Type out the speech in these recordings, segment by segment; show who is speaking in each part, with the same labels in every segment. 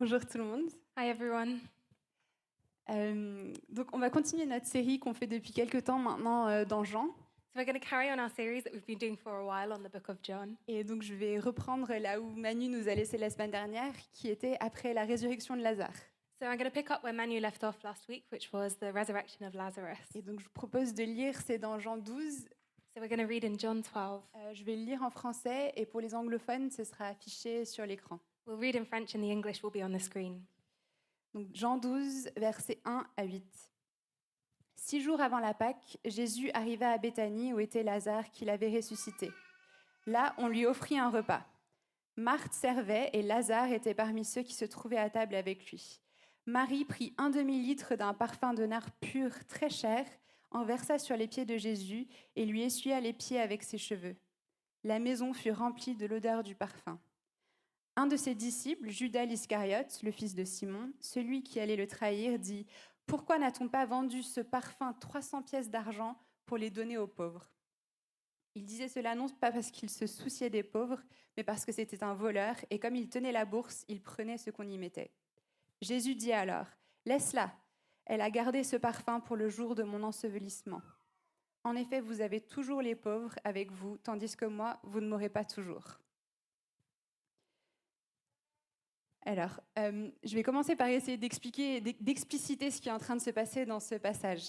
Speaker 1: Bonjour tout le monde.
Speaker 2: Hi everyone.
Speaker 1: Euh, donc on va continuer notre série qu'on fait depuis quelques temps maintenant euh, dans Jean.
Speaker 2: So we're going to carry on our series that we've been doing for a while on the book of John.
Speaker 1: Et donc je vais reprendre là où Manu nous a laissé la semaine dernière, qui était après la résurrection de Lazare.
Speaker 2: So I'm going to pick up where Manu left off last week, which was the resurrection of Lazarus.
Speaker 1: Et donc je vous propose de lire, c'est dans Jean 12.
Speaker 2: So we're going to read in John 12.
Speaker 1: Euh, je vais le lire en français et pour les anglophones, ce sera affiché sur l'écran.
Speaker 2: We'll read in French and the English will be on the screen.
Speaker 1: Donc Jean 12, versets 1 à 8. Six jours avant la Pâque, Jésus arriva à Béthanie où était Lazare qu'il avait ressuscité. Là, on lui offrit un repas. Marthe servait et Lazare était parmi ceux qui se trouvaient à table avec lui. Marie prit un demi-litre d'un parfum de nard pur très cher, en versa sur les pieds de Jésus et lui essuya les pieds avec ses cheveux. La maison fut remplie de l'odeur du parfum. Un de ses disciples, Judas l'Iscariote, le fils de Simon, celui qui allait le trahir, dit Pourquoi n'a-t-on pas vendu ce parfum 300 pièces d'argent pour les donner aux pauvres Il disait cela non pas parce qu'il se souciait des pauvres, mais parce que c'était un voleur, et comme il tenait la bourse, il prenait ce qu'on y mettait. Jésus dit alors Laisse-la Elle a gardé ce parfum pour le jour de mon ensevelissement. En effet, vous avez toujours les pauvres avec vous, tandis que moi, vous ne m'aurez pas toujours. Alors, euh, je vais commencer par essayer d'expliquer, d'ex- d'expliciter ce qui est en train de se passer dans ce passage.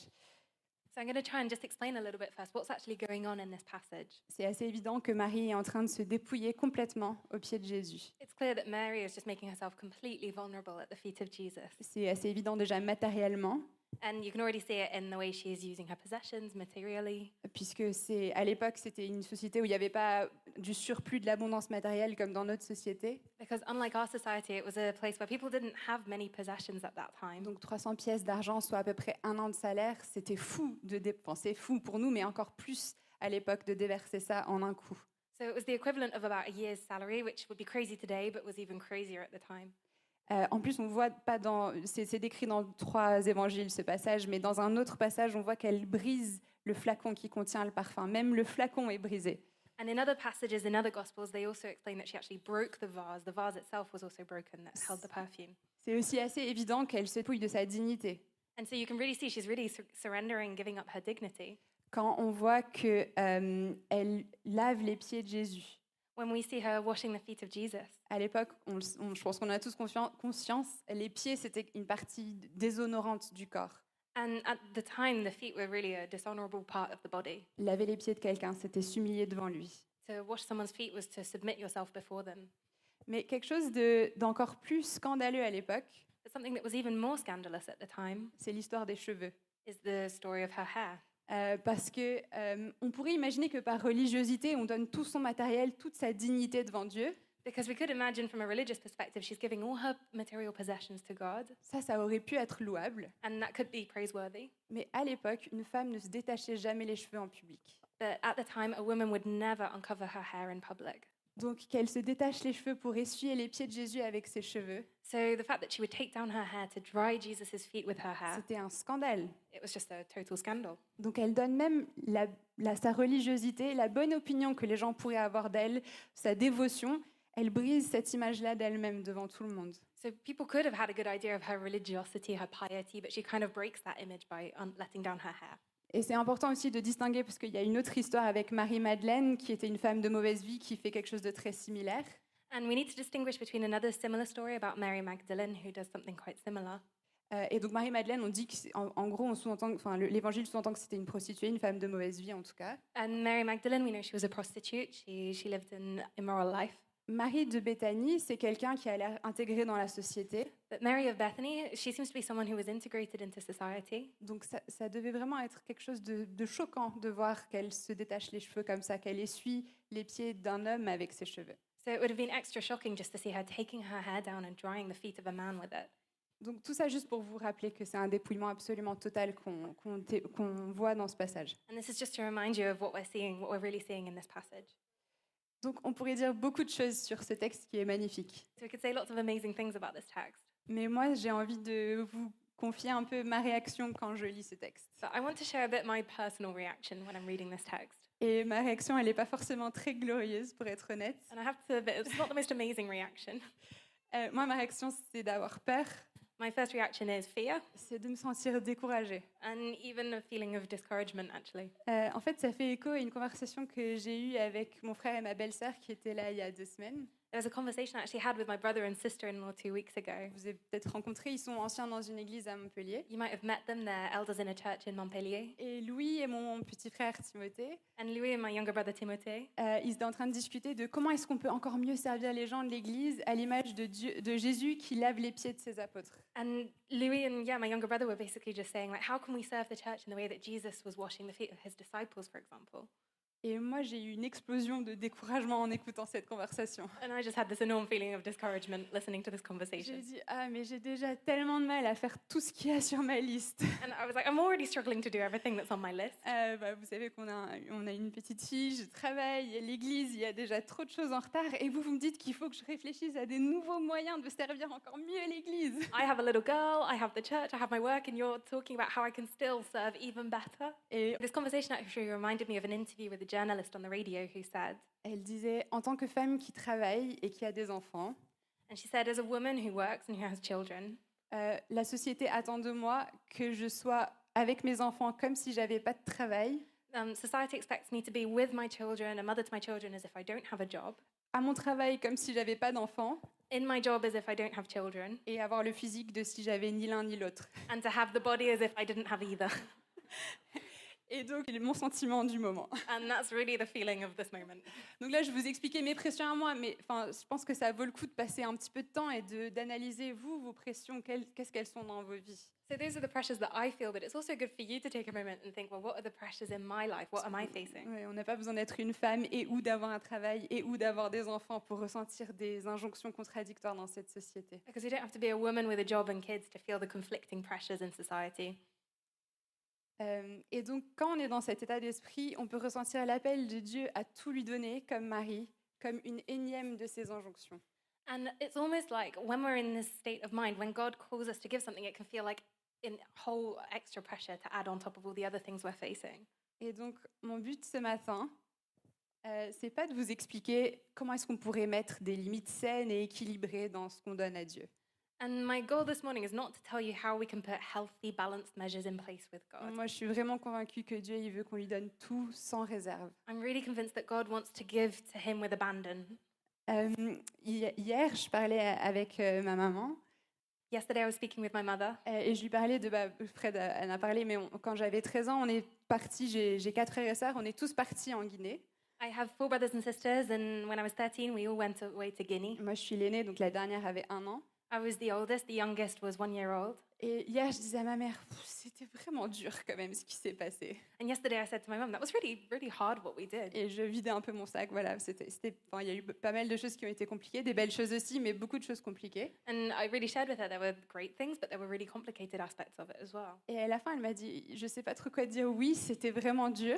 Speaker 2: So I'm going to try and just explain a little bit first what's actually going on in this passage.
Speaker 1: C'est assez évident que Marie est en train de se dépouiller complètement aux pieds de Jésus.
Speaker 2: It's clear that Mary is just making herself completely vulnerable at the feet of Jesus.
Speaker 1: C'est assez évident déjà matériellement,
Speaker 2: And you can already see it in the way she is using her possessions materially.
Speaker 1: puisque c'est à l'époque c'était une société où il n'y avait pas du surplus de l'abondance matérielle comme dans notre société.
Speaker 2: Because unlike our society, it was a place where people didn't have many possessions at that time.
Speaker 1: Donc 300 pièces d'argent, soit à peu près un an de salaire, c'était fou de dépenser, fou pour nous, mais encore plus à l'époque de déverser ça en un coup.
Speaker 2: So it was the equivalent of about a year's salary, which would be crazy today, but was even crazier at the time.
Speaker 1: Euh, en plus, on voit pas dans, c'est, c'est décrit dans trois évangiles ce passage, mais dans un autre passage, on voit qu'elle brise le flacon qui contient le parfum. Même le flacon est brisé.
Speaker 2: And in other passages in other gospels, they also explain that she actually broke the vase. The vase itself was also broken that held the perfume.
Speaker 1: C'est aussi assez évident qu'elle se dépouille de sa dignité.
Speaker 2: And so you can really see she's really sur- surrendering, giving up her dignity.
Speaker 1: Quand on voit que euh, elle lave les pieds de Jésus.
Speaker 2: When we see her washing the feet of Jesus,
Speaker 1: À l'époque, on le s- on- je pense qu'on a tous confian- conscience, les pieds c'était une partie déshonorante du corps.
Speaker 2: and at the time, the feet were really a dishonorable part of the body.
Speaker 1: Laver les pieds de quelqu'un, c'était s'humilier devant lui.
Speaker 2: To wash someone's feet was to submit yourself before them.
Speaker 1: Mais quelque chose de- d'encore plus scandaleux à l'époque,
Speaker 2: But something that was even more scandalous at the time
Speaker 1: c'est l'histoire des cheveux.
Speaker 2: is the story of her hair.
Speaker 1: Euh, parce que euh, on pourrait imaginer que par religiosité, on donne tout son matériel, toute sa dignité devant Dieu.
Speaker 2: Because we could imagine from a religious perspective, she's giving all her material possessions to God,
Speaker 1: Ça, ça aurait pu être louable.
Speaker 2: and that could be praiseworthy.
Speaker 1: Mais à l'époque, une femme ne se détachait jamais les cheveux en public.
Speaker 2: But at the time, a woman would never uncover her hair in public.
Speaker 1: Donc qu'elle se détache les cheveux pour essuyer les pieds de Jésus avec ses cheveux,
Speaker 2: So the fact that she would take down her hair to dry Jesus' feet with her hair,
Speaker 1: c'était un scandale.
Speaker 2: it was just a total scandal.
Speaker 1: Donc elle donne même la- la- sa religiosité, la bonne opinion que les gens pourraient avoir d'elle, sa dévotion. Elle brise cette image-là d'elle-même devant tout le monde.
Speaker 2: So people could have had a good idea of her religiosity, her piety, but she kind of breaks that image by un- letting down her hair.
Speaker 1: Et c'est important aussi de distinguer, parce qu'il y a une autre histoire avec Marie-Madeleine, qui était une femme de mauvaise vie, qui fait quelque chose de très similaire.
Speaker 2: And we need to distinguish between another similar story about Mary Magdalene, who does something quite similar.
Speaker 1: Euh, et donc Marie-Madeleine, on dit que, c'est- en, en gros, on sous-entend, enfin, le- l'évangile sous-entend que c'était une prostituée, une femme de mauvaise vie en tout cas.
Speaker 2: And Mary Magdalene, we know she was a prostitute. She, she lived an immoral life.
Speaker 1: Marie de Béthanie, c'est quelqu'un qui a l'air intégré dans la société.
Speaker 2: But Mary of Bethany, she seems to be someone who was integrated into society.
Speaker 1: Donc ça, ça devait vraiment être quelque chose de, de choquant de voir qu'elle se détache les cheveux comme ça, qu'elle essuie les pieds d'un homme avec ses cheveux.
Speaker 2: So it would have been extra shocking just to see her taking her hair down and drying the feet of a man with it.
Speaker 1: Donc tout ça juste pour vous rappeler que c'est un dépouillement absolument total qu'on- qu'on té- qu'on voit dans ce passage.
Speaker 2: And this is just to remind you of what we're seeing, what we're really seeing in this passage.
Speaker 1: Donc on pourrait dire beaucoup de choses sur ce texte qui est magnifique.
Speaker 2: So we could say lots of amazing things about this text.
Speaker 1: Mais moi, j'ai envie de vous confier un peu ma réaction quand je lis ce texte.
Speaker 2: So I want to share a bit my personal reaction when I'm reading this text.
Speaker 1: Et ma réaction, elle n'est pas forcément très glorieuse, pour être honnête.
Speaker 2: And I have to admit, it's not the most amazing reaction.
Speaker 1: Euh, moi, ma réaction, c'est d'avoir peur,
Speaker 2: My first reaction is fear
Speaker 1: c'est de me sentir découragée.
Speaker 2: and even a feeling of discouragement, actually.
Speaker 1: Euh, en fait, ça fait écho à une conversation que j'ai eue avec mon frère et ma belle-sœur qui étaient là il y a deux semaines.
Speaker 2: There was a conversation I actually had with my brother and sister in law two weeks ago.
Speaker 1: Vous vous êtes peut-être rencontrés, ils sont anciens dans une église à Montpellier.
Speaker 2: You might have met them, they're elders in a church in Montpellier.
Speaker 1: Et Louis et mon petit frère Timothée,
Speaker 2: And Louis and my younger brother Timothée,
Speaker 1: euh, ils étaient en train de discuter de comment est-ce qu'on peut encore mieux servir les gens de l'église à l'image de, Dieu- de Jésus qui lave les pieds de ses apôtres.
Speaker 2: and Louis and yeah, my younger brother were basically just saying like, how can we serve the church in the way that Jesus was washing the feet of his disciples, for example?
Speaker 1: Et moi, j'ai eu une explosion de découragement en écoutant cette conversation.
Speaker 2: And I just had this enormous feeling of discouragement listening to this
Speaker 1: J'ai
Speaker 2: conversation.
Speaker 1: dit ah mais j'ai déjà tellement de mal à faire tout ce qu'il y a sur ma liste.
Speaker 2: And I was like, I'm already struggling to do everything that's on my list.
Speaker 1: Euh, bah, vous savez qu'on a on a une petite fille, je travaille, il y a l'église, il y a déjà trop de choses en retard. Et vous vous me dites qu'il faut que je réfléchisse à des nouveaux moyens de servir encore mieux l'église.
Speaker 2: I have a little girl, I have the church, I have my work, and you're talking about how I can still serve even better.
Speaker 1: Et
Speaker 2: This conversation actually reminded me of an interview with a journalist on the radio who said,
Speaker 1: elle disait en tant que femme qui travaille et qui a des enfants,
Speaker 2: and she said, as a woman who works and who has children,
Speaker 1: euh, la société attend de moi que je sois avec mes enfants comme si j'avais pas de travail,
Speaker 2: um, society expects me to be with my children, a mother to my children, as if I don't have a job,
Speaker 1: à mon travail comme si j'avais pas d'enfants.
Speaker 2: in my job as if I don't have children,
Speaker 1: et avoir le physique de si j'avais ni l'un ni l'autre.
Speaker 2: and to have the body as if I didn't have either.
Speaker 1: Et donc, c'est mon sentiment du moment.
Speaker 2: and that's really the feeling of this moment.
Speaker 1: Donc là, je vous expliquais mes pressions à moi, mais enfin, je pense que ça vaut le coup de passer un petit peu de temps et de- d'analyser, vous, vos pressions, quelles- qu'est-ce qu'elles sont dans vos vies.
Speaker 2: So those are the pressures that I feel, but it's also good for you to take a moment and think, well, what are the pressures in my life? What am I facing?
Speaker 1: Ouais, on n'a pas besoin d'être une femme et ou d'avoir un travail et ou d'avoir des enfants pour ressentir des injonctions contradictoires dans cette société.
Speaker 2: Because you don't have to be a woman with a job and kids to feel the conflicting pressures in society.
Speaker 1: Euh, et donc, quand on est dans cet état d'esprit, on peut ressentir l'appel de Dieu à tout lui donner, comme Marie, comme une énième de ses injonctions.
Speaker 2: And it's almost like when we're in this state of mind, when God calls us to give something, it can feel like in whole extra pressure to add on top of all the other things we're facing.
Speaker 1: Et donc, mon but ce matin, euh, c'est pas de vous expliquer comment est-ce qu'on pourrait mettre des limites saines et équilibrées dans ce qu'on donne à Dieu.
Speaker 2: And my goal this morning is not to tell you how we can put healthy, balanced measures in place with God.
Speaker 1: Moi, je suis vraiment convaincue que Dieu, il veut qu'on lui donne tout sans réserve.
Speaker 2: I'm really convinced that God wants to give to Him with abandon.
Speaker 1: Euh, hi- hier, je parlais a- avec euh, ma maman
Speaker 2: Yesterday, I was speaking with my mother,
Speaker 1: euh, et je lui parlais de. Bah, Fred euh, en a parlé, mais on- quand j'avais 13 ans, on est parti, j'ai j'ai quatre frères et sœurs, on est tous partis en Guinée.
Speaker 2: I have four brothers and sisters, and when I was 13, we all went away to Guinea.
Speaker 1: Moi, je suis l'aînée, donc la dernière avait un an.
Speaker 2: I was the oldest, the youngest was one year old.
Speaker 1: Et hier, je disais à ma mère, Pff, c'était vraiment dur quand même ce qui s'est passé.
Speaker 2: And yesterday, I said to my mum, that was really, really hard what we did.
Speaker 1: et je vidais un peu mon sac. Voilà, c'était, c'était- enfin, il y a eu pas mal de choses qui ont été compliquées, des belles choses aussi, mais beaucoup de choses compliquées.
Speaker 2: And I really shared with her there were great things, but there were really complicated aspects of it as well.
Speaker 1: Et à la fin, elle m'a dit, je sais pas trop quoi te dire. Oui, c'était vraiment dur,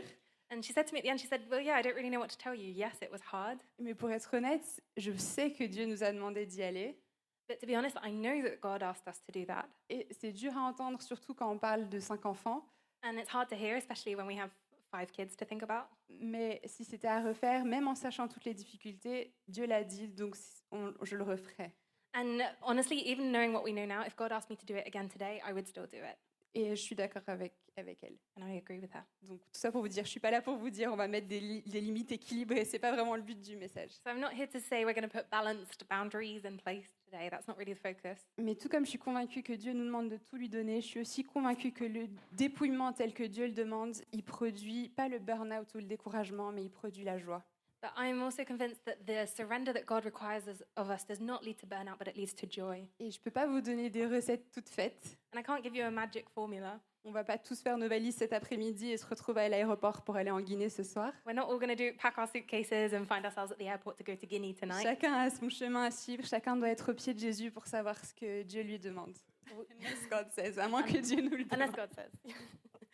Speaker 2: And she said to me at the end, she said, Well, yeah, I don't really know what to tell you. Yes, it was hard.
Speaker 1: mais pour être honnête, je sais que Dieu nous a demandé d'y aller.
Speaker 2: But to be honest, I know that God asked us to do that.
Speaker 1: Et c'est dur à entendre, surtout quand on parle de cinq enfants.
Speaker 2: And it's hard to hear, especially when we have five kids to think about.
Speaker 1: Mais si c'était à refaire, même en sachant toutes les difficultés, Dieu l'a dit, donc c- on- je le referais.
Speaker 2: And honestly, even knowing what we know now, if God asked me to do it again today, I would still do it.
Speaker 1: Et je suis d'accord avec, avec elle.
Speaker 2: And I agree with her.
Speaker 1: Donc tout ça pour vous dire, je suis pas là pour vous dire on va mettre des, li- des limites équilibrées, c'est pas vraiment le but du message.
Speaker 2: So I'm not here to say we're going to put balanced boundaries in place today. That's not really the focus.
Speaker 1: Mais tout comme je suis convaincue que Dieu nous demande de tout lui donner, je suis aussi convaincue que le dépouillement tel que Dieu le demande, il produit pas le burn-out ou le découragement, mais il produit la joie.
Speaker 2: But I'm also convinced that the surrender that God requires us- of us does not lead to burnout, but it leads to joy.
Speaker 1: Et je peux pas vous donner des recettes toutes faites.
Speaker 2: And I can't give you a magic formula.
Speaker 1: On va pas tous faire nos valises cet après-midi et se retrouver à l'aéroport pour aller en Guinée ce soir.
Speaker 2: We're not all going to do pack our suitcases and find ourselves at the airport to go to Guinea tonight.
Speaker 1: Chacun a son chemin à suivre, chacun doit être au pied de Jésus pour savoir ce que Dieu lui demande. Unless God says, à moins que Dieu nous le
Speaker 2: Unless
Speaker 1: demande.
Speaker 2: God says.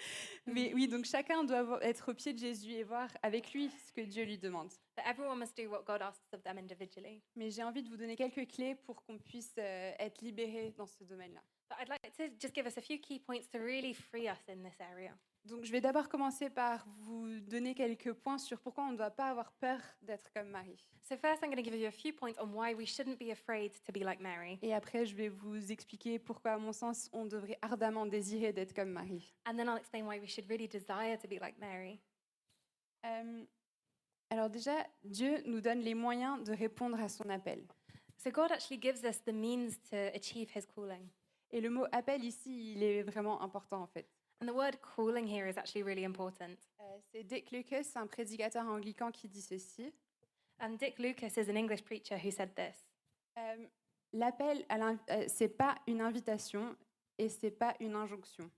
Speaker 1: Mais oui, donc chacun doit vo- être au pied de Jésus et voir avec lui ce que Dieu lui demande.
Speaker 2: But everyone must do what God asks of them individually.
Speaker 1: Mais j'ai envie de vous donner quelques clés pour qu'on puisse euh, être libéré dans ce domaine-là.
Speaker 2: But I'd like to just give us a few key points to really free us in this area.
Speaker 1: Donc je vais d'abord commencer par vous donner quelques points sur pourquoi on ne doit pas avoir peur d'être comme Marie.
Speaker 2: So, first, I'm going to give you a few points on why we shouldn't be afraid to be like Mary.
Speaker 1: Et après, je vais vous expliquer pourquoi, à mon sens, on devrait ardemment désirer d'être comme Marie.
Speaker 2: And then I'll explain why we should really desire to be like Mary.
Speaker 1: Euh, alors déjà, Dieu nous donne les moyens de répondre à son appel.
Speaker 2: So, God actually gives us the means to achieve his calling.
Speaker 1: Et le mot appel ici, il est vraiment important en fait.
Speaker 2: And the word calling here is actually really important.
Speaker 1: Euh, C'est Dick Lucas, un prédicateur anglican, qui dit ceci.
Speaker 2: And Um, Dick Lucas is an English preacher who said this
Speaker 1: Euh, L'appel, à l'in- euh, c'est pas une invitation et c'est pas une injonction.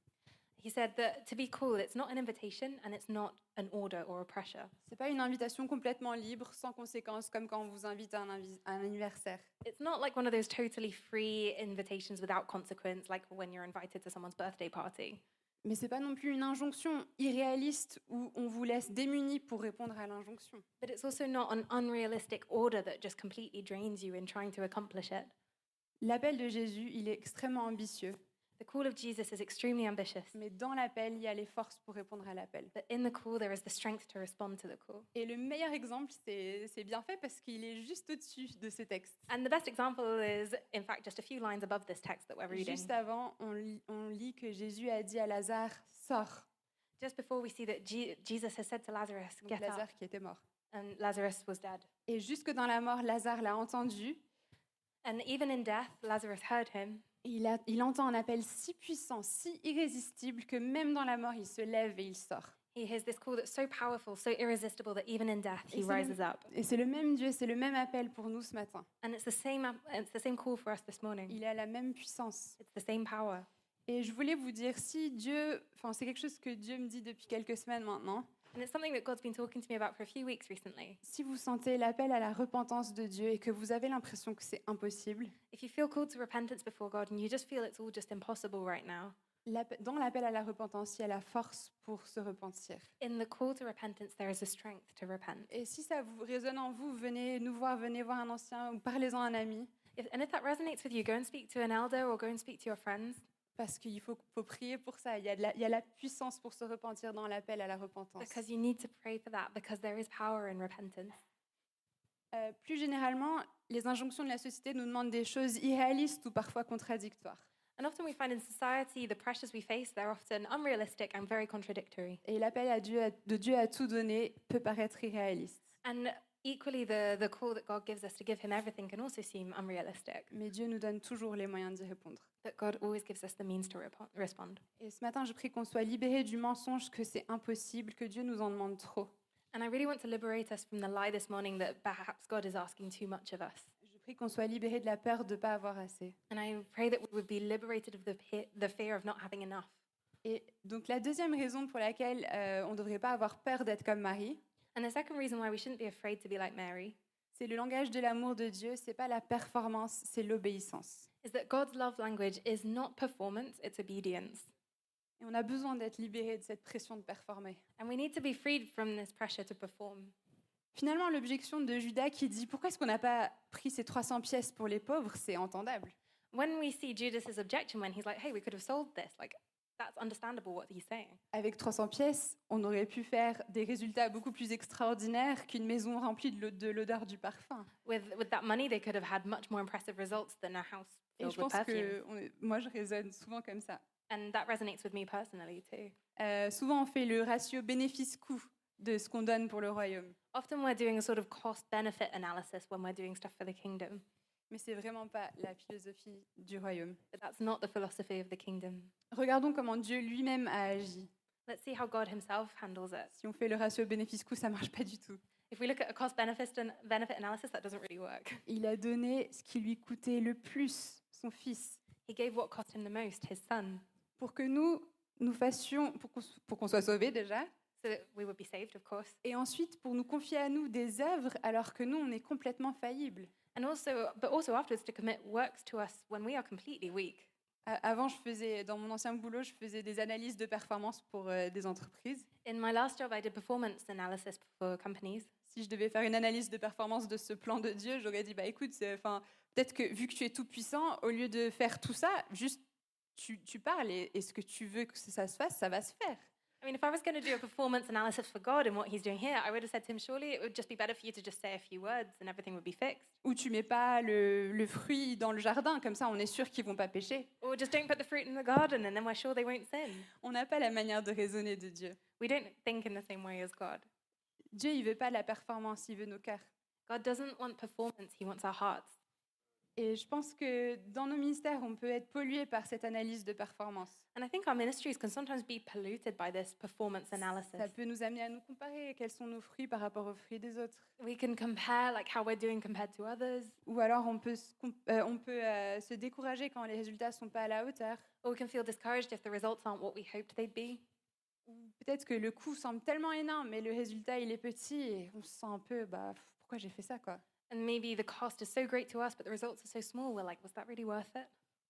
Speaker 2: He said that to be called, it's not an invitation and it's not an order or a pressure.
Speaker 1: C'est pas une invitation complètement libre, sans conséquence, comme quand on vous invite à un, invi- à un anniversaire.
Speaker 2: It's not like one of those totally free invitations without consequence, like when you're invited to someone's birthday party.
Speaker 1: Mais c'est pas non plus une injonction irréaliste où on vous laisse démunis pour répondre à l'injonction.
Speaker 2: But it's also not an unrealistic order that just completely drains you in trying to accomplish it.
Speaker 1: L'appel de Jésus, il est extrêmement ambitieux,
Speaker 2: The call of Jesus is extremely ambitious,
Speaker 1: mais dans l'appel, il y a les forces pour répondre à l'appel.
Speaker 2: but in the call, there is the strength to respond to the call.
Speaker 1: Et le meilleur exemple, c'est c'est bien fait parce qu'il est juste au-dessus de ce texte.
Speaker 2: And the best example is, in fact, just a few lines above this text that we're reading.
Speaker 1: Juste avant, on lit, on lit que Jésus a dit à Lazare, sors.
Speaker 2: Just before we see that Je- Jesus has said to Lazarus,
Speaker 1: Donc
Speaker 2: Get up,
Speaker 1: Lazare qui était mort.
Speaker 2: and Lazarus was dead.
Speaker 1: Et jusque dans la mort, Lazare l'a entendu.
Speaker 2: And even in death, Lazarus heard him,
Speaker 1: Et il, a- il entend un appel si puissant, si irrésistible, que même dans la mort, il se lève et il sort.
Speaker 2: He hears this call that's so powerful, so irresistible that even in death he
Speaker 1: Isn't it-
Speaker 2: rises up.
Speaker 1: Et c'est le même Dieu, c'est le même appel pour nous ce matin.
Speaker 2: And it's the same ap- it's the same call for us this morning.
Speaker 1: Il a la même puissance.
Speaker 2: It's the same power.
Speaker 1: Et je voulais vous dire, si Dieu, enfin c'est quelque chose que Dieu me dit depuis quelques semaines maintenant,
Speaker 2: And it's something that God's been talking to me about for a few weeks recently.
Speaker 1: si vous sentez l'appel à la repentance de Dieu et que vous avez l'impression que c'est impossible,
Speaker 2: If you feel called to repentance before God and you just feel it's all just impossible right now,
Speaker 1: l'appe- dans l'appel à la repentance, il y a la force pour se repentir.
Speaker 2: in the call to repentance there is a strength to repent.
Speaker 1: Et si ça vous résonne en vous, venez nous voir, venez voir un ancien ou parlez-en à un ami,
Speaker 2: If, and if that resonates with you, go and speak to an elder or go and speak to your friends
Speaker 1: parce qu'il faut, faut prier pour ça. Il y, a de la, il y a la puissance pour se repentir dans l'appel à la repentance.
Speaker 2: because you need to pray for that because there is power in repentance.
Speaker 1: Euh, plus généralement, les injonctions de la société nous demandent des choses irréalistes ou parfois contradictoires.
Speaker 2: And often we find in society the pressures we face, they're often unrealistic and very contradictory.
Speaker 1: Et l'appel à Dieu, de Dieu à tout donner peut paraître irréaliste.
Speaker 2: And equally, the, the call that God gives us to give Him everything can also seem unrealistic,
Speaker 1: Mais Dieu nous donne toujours les moyens d'y répondre.
Speaker 2: but God always gives us the means to repo- respond.
Speaker 1: Et ce matin, je prie qu'on soit libéré du mensonge que c'est impossible, que Dieu nous en demande trop.
Speaker 2: And I really want to liberate us from the lie this morning that perhaps God is asking too much of us.
Speaker 1: Je prie qu'on soit libéré de la peur de ne pas avoir assez.
Speaker 2: And I pray that we would be liberated of the, pe- the fear of not having enough.
Speaker 1: Et donc la deuxième raison pour laquelle euh, on ne devrait pas avoir peur d'être comme Marie,
Speaker 2: And the second reason why we shouldn't be afraid to be like Mary
Speaker 1: c'est le langage de l'amour de Dieu, c'est pas la performance, c'est l'obéissance.
Speaker 2: is that God's love language is not performance, it's obedience.
Speaker 1: Et on a besoin d'être libéré de cette pression de performer.
Speaker 2: And we need to be freed from this pressure to perform.
Speaker 1: Finalement, l'objection de Judas qui dit pourquoi est-ce qu'on n'a pas pris ces 300 pièces pour les pauvres, c'est entendable.
Speaker 2: When we see Judas's objection, when he's like, hey, we could have sold this, like, that's understandable what he's saying.
Speaker 1: Avec 300 pièces, on aurait pu faire des résultats beaucoup plus extraordinaires qu'une maison remplie de l'o- de l'odeur du parfum.
Speaker 2: with with that money they could have had much more impressive results than a house
Speaker 1: Et
Speaker 2: filled
Speaker 1: je pense
Speaker 2: with perfume.
Speaker 1: que on est- moi, je raisonne souvent comme ça.
Speaker 2: And that resonates with me personally too.
Speaker 1: Euh, souvent, on fait le ratio bénéfice-coût de ce qu'on donne pour le royaume.
Speaker 2: Often we're doing a sort of cost benefit analysis when we're doing stuff for the kingdom,
Speaker 1: Mais c'est vraiment pas la philosophie du royaume.
Speaker 2: but that's not the philosophy of the kingdom.
Speaker 1: Regardons comment Dieu lui-même a agi.
Speaker 2: Let's see how God himself handles it.
Speaker 1: Si on fait le ratio bénéfice-coût, ça marche pas du tout.
Speaker 2: If we look at a cost benefit an- benefit analysis that doesn't really work.
Speaker 1: Il a donné ce qui lui coûtait le plus, son fils,
Speaker 2: He gave what cost him the most, his son,
Speaker 1: pour que nous, nous fassions, pour qu'on s- pour qu'on soit sauvés déjà,
Speaker 2: so that we would be saved, of course.
Speaker 1: et ensuite pour nous confier à nous des œuvres alors que nous, on est complètement faillibles.
Speaker 2: And also but also afterwards to commit works to us when we are completely weak.
Speaker 1: A- Avant, je faisais, dans mon ancien boulot, je faisais des analyses de performance pour euh, des entreprises.
Speaker 2: In my last job I did performance analysis for companies
Speaker 1: Si je devais faire une analyse de performance de ce plan de Dieu, j'aurais dit, bah écoute, c'est- enfin, peut-être que vu que tu es tout puissant, au lieu de faire tout ça, juste tu, tu parles et, et ce que tu veux que ça se fasse, ça va se faire.
Speaker 2: I mean, if I was going to do a performance analysis for God and what he's doing here, I would have said to him, surely it would just be better for you to just say a few words and everything would be fixed.
Speaker 1: Ou tu mets pas le, le fruit dans le jardin, comme ça on est sûr qu'ils vont pas pécher.
Speaker 2: Or just don't put the fruit in the garden and then we're sure they won't sin.
Speaker 1: On n'a pas la manière de raisonner de Dieu.
Speaker 2: We don't think in the same way as God.
Speaker 1: Dieu, il veut pas la performance, il veut nos cœurs.
Speaker 2: God doesn't want performance, he wants our hearts.
Speaker 1: Et je pense que dans nos ministères, on peut être pollué par cette analyse de performance.
Speaker 2: And I think our ministries can sometimes be polluted by this performance
Speaker 1: Ça
Speaker 2: analysis.
Speaker 1: peut nous amener à nous comparer. Quels sont nos fruits par rapport aux fruits des autres
Speaker 2: We can compare like how we're doing compared to others,
Speaker 1: Ou alors on peut, se, com- euh, on peut euh, se décourager quand les résultats sont pas à la hauteur.
Speaker 2: or we can feel discouraged if the results aren't what we hoped they'd be.
Speaker 1: Ou Peut-être que le coût semble tellement énorme, mais le résultat il est petit et on se sent un peu, bah pff, pourquoi j'ai fait ça quoi
Speaker 2: And maybe the cost is so great to us, but the results are so small. We're like, was that really worth it?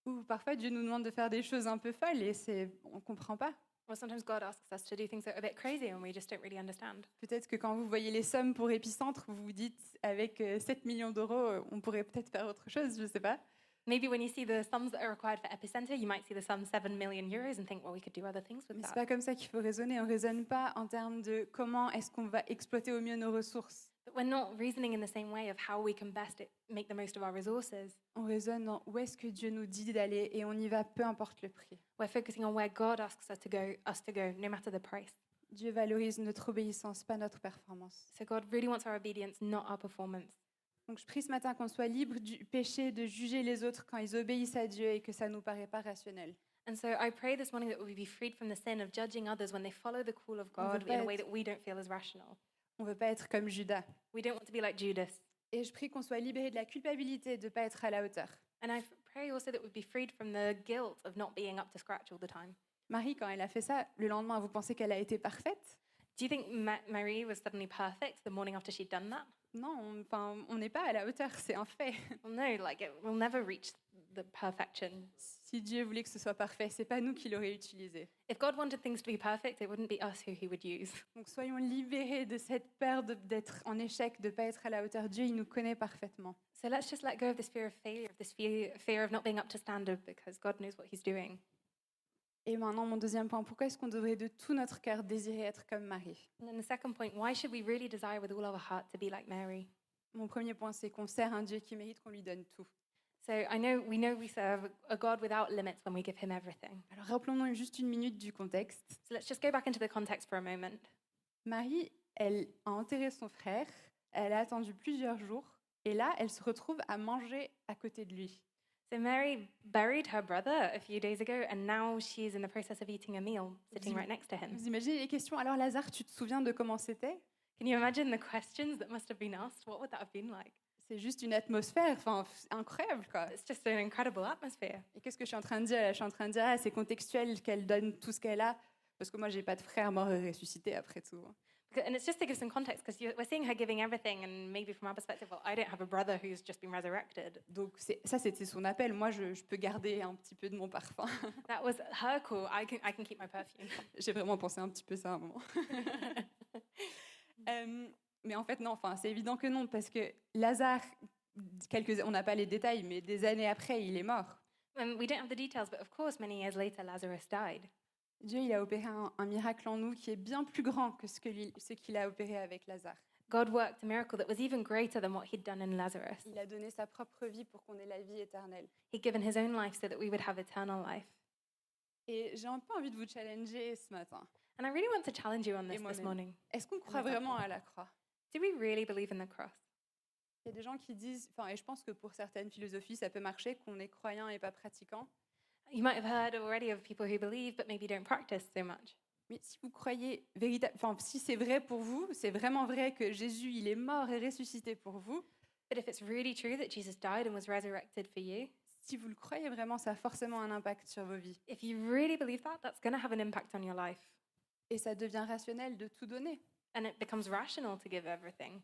Speaker 1: Ou parfois Dieu nous demande de faire des choses un peu folles et c'est, on comprend pas.
Speaker 2: Or sometimes God asks us to do things that are a bit crazy and we just don't really understand.
Speaker 1: Peut-être que quand vous voyez les sommes pour épicentre, vous vous dites avec euh, 7 millions d'euros, euh, on pourrait peut-être faire autre chose, je sais pas.
Speaker 2: Maybe when you see the sums that are required for Epicenter, you might see the sum 7 million euros and think, well, we could do other things with
Speaker 1: Mais c'est
Speaker 2: that.
Speaker 1: pas comme ça qu'il faut raisonner. On raisonne pas en termes de comment est-ce qu'on va exploiter au mieux nos ressources.
Speaker 2: But we're not reasoning in the same way of how we can best it- make the most of our resources.
Speaker 1: On raisonne dans où est-ce que Dieu nous dit d'aller et on y va peu importe le prix.
Speaker 2: We're focusing on where God asks us to go, us to go, no matter the price.
Speaker 1: Dieu valorise notre obéissance, pas notre performance.
Speaker 2: So God really wants our obedience, not our performance.
Speaker 1: Donc je prie ce matin qu'on soit libre du péché de juger les autres quand ils obéissent à Dieu et que ça nous paraît pas rationnel.
Speaker 2: And so I pray this morning that we be freed from the sin of judging others when they follow the call of
Speaker 1: On veut
Speaker 2: God in
Speaker 1: pas
Speaker 2: a way
Speaker 1: être-
Speaker 2: that we don't feel is rational.
Speaker 1: On veut pas être comme Judas.
Speaker 2: We don't want to be like Judas.
Speaker 1: Et je prie qu'on soit libéré de la culpabilité de pas être à la hauteur.
Speaker 2: And I f- pray also that we'd be freed from the guilt of not being up to scratch all the time.
Speaker 1: Marie, quand elle a fait ça, le lendemain, vous pensez qu'elle a été parfaite
Speaker 2: Do you think Ma- Marie was suddenly perfect the morning after she'd done that?
Speaker 1: Non, on- enfin, on n'est pas à la hauteur, c'est un fait.
Speaker 2: Well, no, like it will never reach the perfection.
Speaker 1: Si Dieu voulait que ce soit parfait, c'est pas nous qui l'aurions utilisé.
Speaker 2: If God wanted things to be perfect, it wouldn't be us who He would use.
Speaker 1: Donc soyons libérés de cette peur de- d'être en échec, de ne pas être à la hauteur. Dieu, il nous connaît parfaitement.
Speaker 2: So let's just let go of this fear of failure, of this fear, fear of not being up to standard, because God knows what He's doing.
Speaker 1: Et maintenant, mon deuxième point, pourquoi est-ce qu'on devrait de tout notre cœur désirer être comme Marie
Speaker 2: And then the second point: Why should we really desire with all our heart to be like Mary?
Speaker 1: Mon premier point, c'est qu'on sert un Dieu qui mérite qu'on lui donne tout.
Speaker 2: So I know we know we serve a God without limits when we give Him everything.
Speaker 1: Alors rappelons-nous juste une minute du contexte.
Speaker 2: So let's just go back into the context for a moment.
Speaker 1: Marie, elle a enterré son frère, elle a attendu plusieurs jours, et là, elle se retrouve à manger à côté de lui.
Speaker 2: So Mary buried her brother a few days ago, and now she's in the process of eating a meal, sitting
Speaker 1: Zim-
Speaker 2: right next to him.
Speaker 1: Vous imaginez les questions Alors Lazare, tu te souviens de comment c'était
Speaker 2: Can you imagine the questions that must have been asked? What would that have been like?
Speaker 1: C'est juste une atmosphère, enfin f- incroyable quoi.
Speaker 2: It's just an incredible atmosphere.
Speaker 1: Et qu'est-ce que je suis en train de dire là Je suis en train de dire, ah, c'est contextuel qu'elle donne tout ce qu'elle a, parce que moi j'ai pas de frère mort et ressuscité après tout. hein.
Speaker 2: Beca- And it's just to give some context because we're seeing her giving everything, and maybe from our perspective, well, I don't have a brother who's just been resurrected.
Speaker 1: Donc c'est- ça c'était son appel. Moi je, je peux garder un petit peu de mon parfum.
Speaker 2: That was her call. I can, I can keep my perfume.
Speaker 1: j'ai vraiment pensé un petit peu ça à un moment. Euh, mais en fait non, enfin c'est évident que non parce que Lazare, quelques, on n'a pas les détails, mais des années après il est mort.
Speaker 2: and we don't have the details, but of course, many years later, Lazarus died.
Speaker 1: Dieu, il a opéré un, un miracle en nous qui est bien plus grand que ce que lui- ce qu'il a opéré avec Lazare.
Speaker 2: God worked a miracle that was even greater than what he'd done in Lazarus.
Speaker 1: Il a donné sa propre vie pour qu'on ait la vie éternelle.
Speaker 2: He'd given his own life so that we would have eternal life.
Speaker 1: Et j'ai un peu envie de vous challenger ce matin.
Speaker 2: And I really want to challenge you on this this
Speaker 1: moi-même.
Speaker 2: morning.
Speaker 1: Est-ce qu'on croit
Speaker 2: d'accord.
Speaker 1: vraiment à la croix
Speaker 2: Do we really believe in the cross?
Speaker 1: Il y a des gens qui disent, enfin, et je pense que pour certaines philosophies, ça peut marcher qu'on est croyant et pas pratiquant.
Speaker 2: You might have heard already of people who believe but maybe don't practice so much.
Speaker 1: Mais si vous croyez véritable, enfin, si c'est vrai pour vous, c'est vraiment vrai que Jésus, il est mort et ressuscité pour vous.
Speaker 2: But if it's really true that Jesus died and was resurrected for you,
Speaker 1: Si vous le croyez vraiment, ça a forcément un impact sur vos vies.
Speaker 2: if you really believe that, that's going to have an impact on your life.
Speaker 1: Et ça devient rationnel de tout donner.
Speaker 2: And it becomes rational to give everything.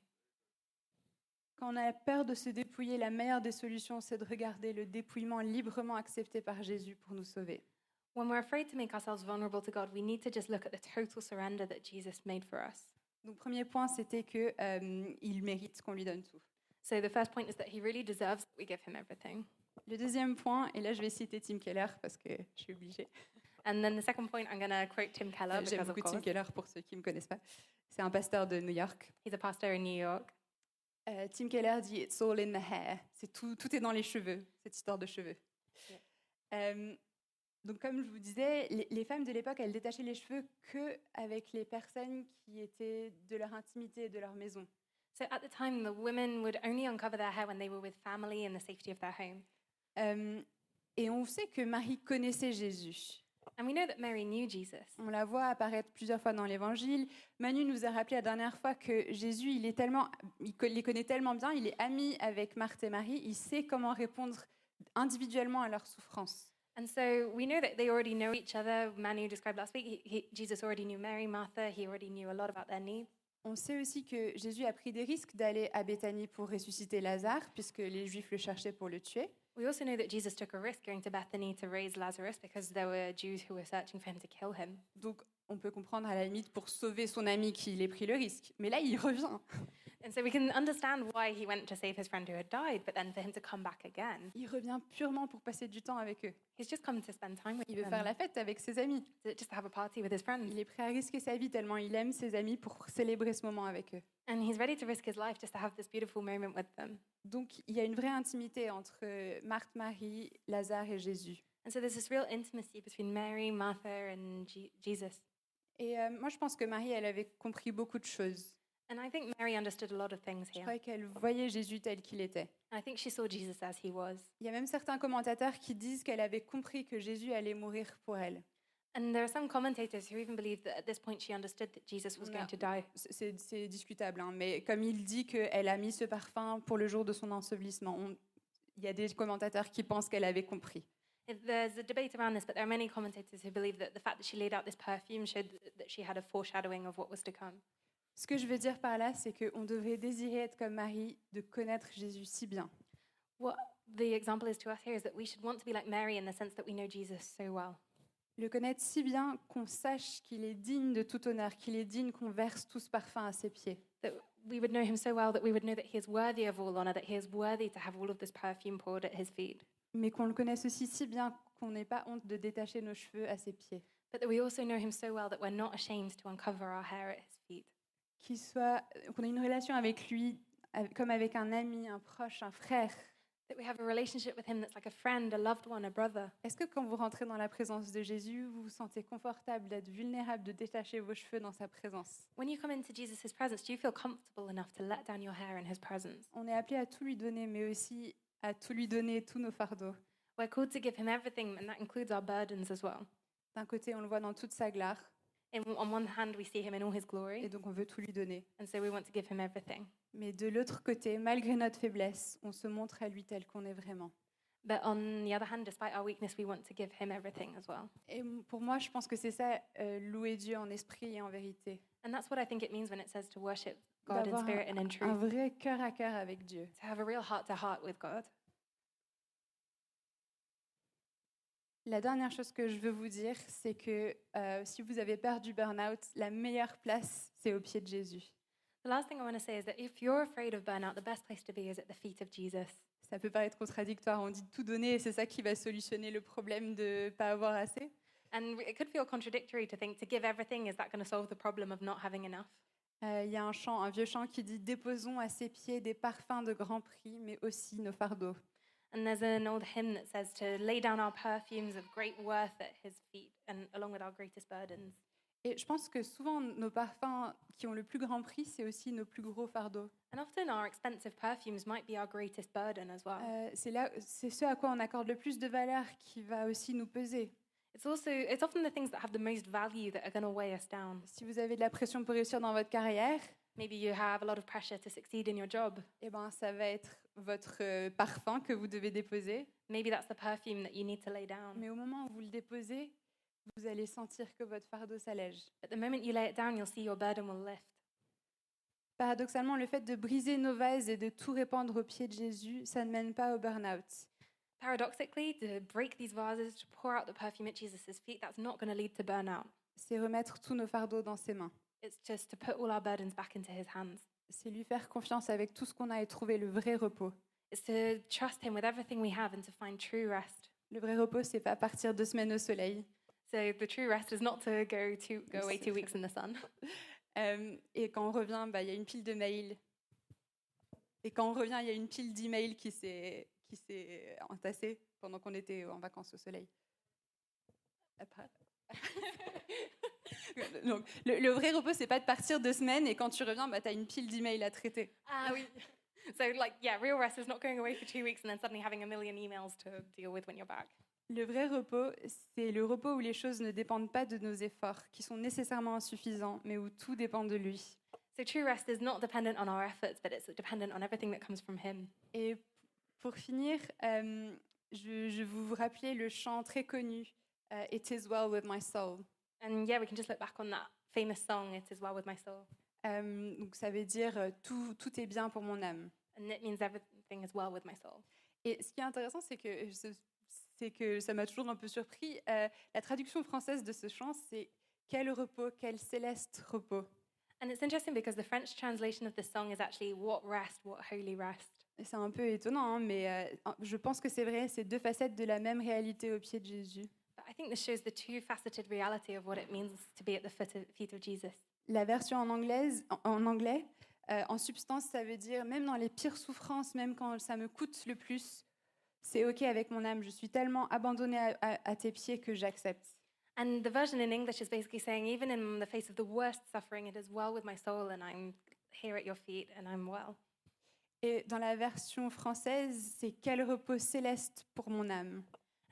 Speaker 1: Quand on a peur de se dépouiller, la meilleure des solutions, c'est de regarder le dépouillement librement accepté par Jésus pour nous sauver.
Speaker 2: When we're afraid to make ourselves vulnerable to God, we need to just look at the total surrender that Jesus made for us.
Speaker 1: Donc premier point, c'était que euh, il mérite qu'on lui donne tout.
Speaker 2: So the first point is that he really deserves that we give him everything.
Speaker 1: Le deuxième point, et là je vais citer Tim Keller parce que je suis obligée,
Speaker 2: And then the second point, I'm going to quote Tim Keller
Speaker 1: J'aime
Speaker 2: because, of
Speaker 1: beaucoup Tim
Speaker 2: course,
Speaker 1: Keller pour ceux qui ne me connaissent pas. C'est un pasteur de New York.
Speaker 2: he's a pastor in New York.
Speaker 1: Euh, Tim Keller dit It's all in the hair. C'est tout, tout est dans les cheveux, cette histoire de cheveux.
Speaker 2: Yeah.
Speaker 1: Euh, donc, comme je vous disais, les, les femmes de l'époque, elles détachaient les cheveux que avec les personnes qui étaient de leur intimité et de leur maison.
Speaker 2: So at the time, the women would only uncover their hair when they were with family in the safety of their home.
Speaker 1: Euh, et on sait que Marie connaissait Jésus.
Speaker 2: And we know that Mary knew Jesus.
Speaker 1: On la voit apparaître plusieurs fois dans l'Évangile. Manu nous a rappelé la dernière fois que Jésus, il, est tellement, il co- les connaît tellement bien, il est ami avec Marthe et Marie, il sait comment répondre individuellement à leurs souffrances.
Speaker 2: And so we know that they already know each other. Manu described last week, he, he, Jesus already knew Mary, Martha, he already knew a lot about their needs.
Speaker 1: On sait aussi que Jésus a pris des risques d'aller à Béthanie pour ressusciter Lazare, puisque les Juifs le cherchaient pour le tuer.
Speaker 2: We also know that Jesus took a risk going to Bethany to raise Lazarus because there were Jews who were searching for him to kill him.
Speaker 1: Donc on peut comprendre à la limite pour sauver son ami qu'il ait pris le risque. Mais là, il revient.
Speaker 2: And so we can understand why he went to save his friend who had died, but then for him to come back again,
Speaker 1: Il revient purement pour passer du temps avec eux.
Speaker 2: he's just come to spend time with
Speaker 1: Il veut
Speaker 2: them,
Speaker 1: faire la fête avec ses amis.
Speaker 2: to- just to have a party with his friends.
Speaker 1: Il est prêt à risquer sa vie tellement il aime ses amis pour célébrer ce moment avec eux.
Speaker 2: And he's ready to risk his life just to have this beautiful moment with them.
Speaker 1: Donc il y a une vraie intimité entre euh, Marthe, Marie, Lazare et Jésus.
Speaker 2: And so there's this real intimacy between Mary, Martha, and Je- Jesus.
Speaker 1: Et euh, moi je pense que Marie, elle avait compris beaucoup de choses.
Speaker 2: And I think Mary understood a lot of things
Speaker 1: Je
Speaker 2: here.
Speaker 1: crois qu'elle voyait Jésus tel qu'il était.
Speaker 2: I think she saw Jesus as he was.
Speaker 1: Il y a même certains commentateurs qui disent qu'elle avait compris que Jésus allait mourir pour elle.
Speaker 2: And there are some commentators who even believe that at this point she understood that Jesus was
Speaker 1: No.
Speaker 2: going to die.
Speaker 1: C- C'est c'est discutable, hein, mais comme il dit qu'elle a mis ce parfum pour le jour de son ensevelissement, on- il y a des commentateurs qui pensent qu'elle avait compris.
Speaker 2: If There's a debate around this, but there are many commentators who believe that the fact that she laid out this perfume showed th- that she had a foreshadowing of what was to come.
Speaker 1: Ce que je veux dire par là, c'est qu'on devrait désirer être comme Marie, de connaître Jésus si bien.
Speaker 2: What the example is to us here is that we should want to be like Mary in the sense that we know Jesus so well.
Speaker 1: Le connaître si bien qu'on sache qu'il est digne de tout honneur, qu'il est digne qu'on verse tout ce parfum à ses pieds.
Speaker 2: That we would know him so well that we would know that he is worthy of all honor, that he is worthy to have all of this perfume poured at his feet.
Speaker 1: Mais qu'on le connaisse aussi si bien qu'on n'ait pas honte de détacher nos cheveux à ses pieds.
Speaker 2: But that we also know him so well that we're not ashamed to uncover our hair at his feet.
Speaker 1: Qu'il soit, qu'on ait une relation avec lui av- comme avec un ami, un proche, un frère.
Speaker 2: That we have a relationship with him that's like a friend, a loved one, a brother.
Speaker 1: Est-ce que quand vous rentrez dans la présence de Jésus, vous vous sentez confortable d'être vulnérable, de détacher vos cheveux dans sa présence
Speaker 2: When you come into Jesus' presence, do you feel comfortable enough to let down your hair in his presence?
Speaker 1: On est appelé à tout lui donner, mais aussi à tout lui donner, tous nos fardeaux.
Speaker 2: We're called to give him everything, and that includes our burdens as well.
Speaker 1: D'un côté, on le voit dans toute sa gloire,
Speaker 2: In, on one hand, we see him in all his
Speaker 1: et
Speaker 2: glory,
Speaker 1: donc on veut tout lui donner.
Speaker 2: and so we want to give him everything.
Speaker 1: Mais de l'autre côté, malgré notre faiblesse, on se montre à lui tel qu'on est vraiment.
Speaker 2: But on the other hand, despite our weakness, we want to give him everything as well.
Speaker 1: Et m- pour moi, je pense que c'est ça, euh, louer Dieu en esprit et en vérité.
Speaker 2: And that's what I think it means when it says to worship God in
Speaker 1: D'avoir
Speaker 2: spirit and in
Speaker 1: Un
Speaker 2: truth,
Speaker 1: vrai cœur à cœur avec Dieu.
Speaker 2: to have a real heart to heart with God.
Speaker 1: La dernière chose que je veux vous dire, c'est que euh, si vous avez peur du burn-out, la meilleure place, c'est au pied de Jésus.
Speaker 2: The last thing I want to say is that if you're afraid of burnout, the best place to be is at the feet of Jesus.
Speaker 1: Ça peut paraître contradictoire, on dit de tout donner et c'est ça qui va solutionner le problème de pas avoir assez.
Speaker 2: And it could feel contradictory to think to give everything, is that going to solve the problem of not having enough?
Speaker 1: Euh, Il y a un chant, un vieux chant qui dit Déposons à ses pieds des parfums de grand prix, mais aussi nos fardeaux.
Speaker 2: And there's an old hymn that says to lay down our perfumes of great worth at his feet and along with our greatest burdens.
Speaker 1: Et je pense que souvent, nos parfums qui ont le plus grand prix, c'est aussi nos plus gros fardeaux.
Speaker 2: And often our expensive perfumes might be our greatest burden as well.
Speaker 1: Euh, c'est là, c'est ce à quoi on accorde le plus de valeur qui va aussi nous peser.
Speaker 2: It's also it's often the things that have the most value that are going to weigh us down.
Speaker 1: Si vous avez de la pression pour réussir dans votre carrière,
Speaker 2: Maybe you have a lot of pressure to succeed in your job.
Speaker 1: eh ben, ça va être votre euh, parfum que vous devez déposer.
Speaker 2: Maybe that's the perfume that you need to lay down.
Speaker 1: Mais au moment où vous le déposez, vous allez sentir que votre fardeau s'allège.
Speaker 2: But the moment you lay it down, you'll see your burden will lift.
Speaker 1: Paradoxalement, le fait de briser nos vases et de tout répandre aux pieds de Jésus, ça ne mène pas au burn-out.
Speaker 2: Paradoxically, to break these vases, to pour out the perfume at Jesus' feet, that's not going to lead to burnout.
Speaker 1: C'est remettre tous nos fardeaux dans ses mains.
Speaker 2: It's just to put all our burdens back into his hands.
Speaker 1: C'est lui faire confiance avec tout ce qu'on a et trouver le vrai repos.
Speaker 2: It's to trust him with everything we have and to find true rest.
Speaker 1: Le vrai repos, c'est pas partir deux semaines au soleil,
Speaker 2: So the true rest is not to go to go away two weeks in the sun.
Speaker 1: Euh, et quand on revient, bah, il y a une pile de mails. Et quand on revient, il y a une pile d'emails qui s'est qui s'est entassée pendant qu'on était en vacances au soleil. Après- Donc, le, le vrai repos, c'est pas de partir deux semaines et quand tu reviens, bah, tu as une pile d'emails à traiter.
Speaker 2: Ah oui. So like yeah, real rest is not going away for two weeks and then suddenly having a million emails to deal with when you're back.
Speaker 1: Le vrai repos, c'est le repos où les choses ne dépendent pas de nos efforts, qui sont nécessairement insuffisants, mais où tout dépend de lui.
Speaker 2: So true rest is not dependent on our efforts, but it's dependent on everything that comes from Him.
Speaker 1: Et p- pour finir, euh, je, je vous vous rappelais le chant très connu euh, It is well with my soul.
Speaker 2: And yeah, we can just look back on that famous song, It Is Well With My Soul.
Speaker 1: Euh, donc ça veut dire euh, tout, tout est bien pour mon âme.
Speaker 2: And it means everything is well with my soul.
Speaker 1: Et ce qui est intéressant, c'est que, euh, ce- c'est que ça m'a toujours un peu surpris. euh, la traduction française de ce chant, c'est Quel repos, quel céleste repos.
Speaker 2: And it's interesting because the French translation of this song is actually what rest, what holy rest.
Speaker 1: C'est un peu étonnant, hein, mais euh, un- je pense que c'est vrai, c'est deux facettes de la même réalité au pied de Jésus.
Speaker 2: But I think this shows the two faceted reality of what it means to be at the foot of- feet of Jesus.
Speaker 1: La version en, anglaise, en, en anglais, euh, en substance, ça veut dire même dans les pires souffrances, même quand ça me coûte le plus, c'est OK avec mon âme, je suis tellement abandonnée à, à- à tes pieds que j'accepte.
Speaker 2: And the version in English is basically saying, even in the face of the worst suffering, it is well with my soul, and I'm here at your feet, and I'm well.
Speaker 1: Et dans la version française, c'est quel repos céleste pour mon âme.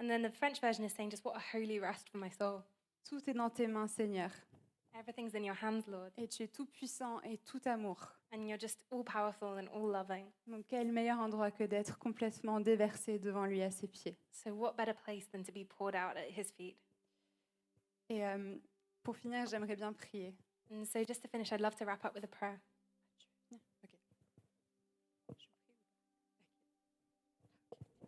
Speaker 2: And then the French version is saying, just what a holy rest for my soul.
Speaker 1: Tout est dans tes mains, Seigneur,
Speaker 2: Everything's in your hands, Lord,
Speaker 1: et tu es tout puissant et tout amour.
Speaker 2: and you're just all powerful and all loving.
Speaker 1: Donc quel meilleur endroit que d'être complètement déversé devant lui à ses pieds.
Speaker 2: So, what better place than to be poured out at his feet?
Speaker 1: Et euh, pour finir, j'aimerais bien prier.
Speaker 2: And so, just to finish, I'd love to wrap up with a prayer.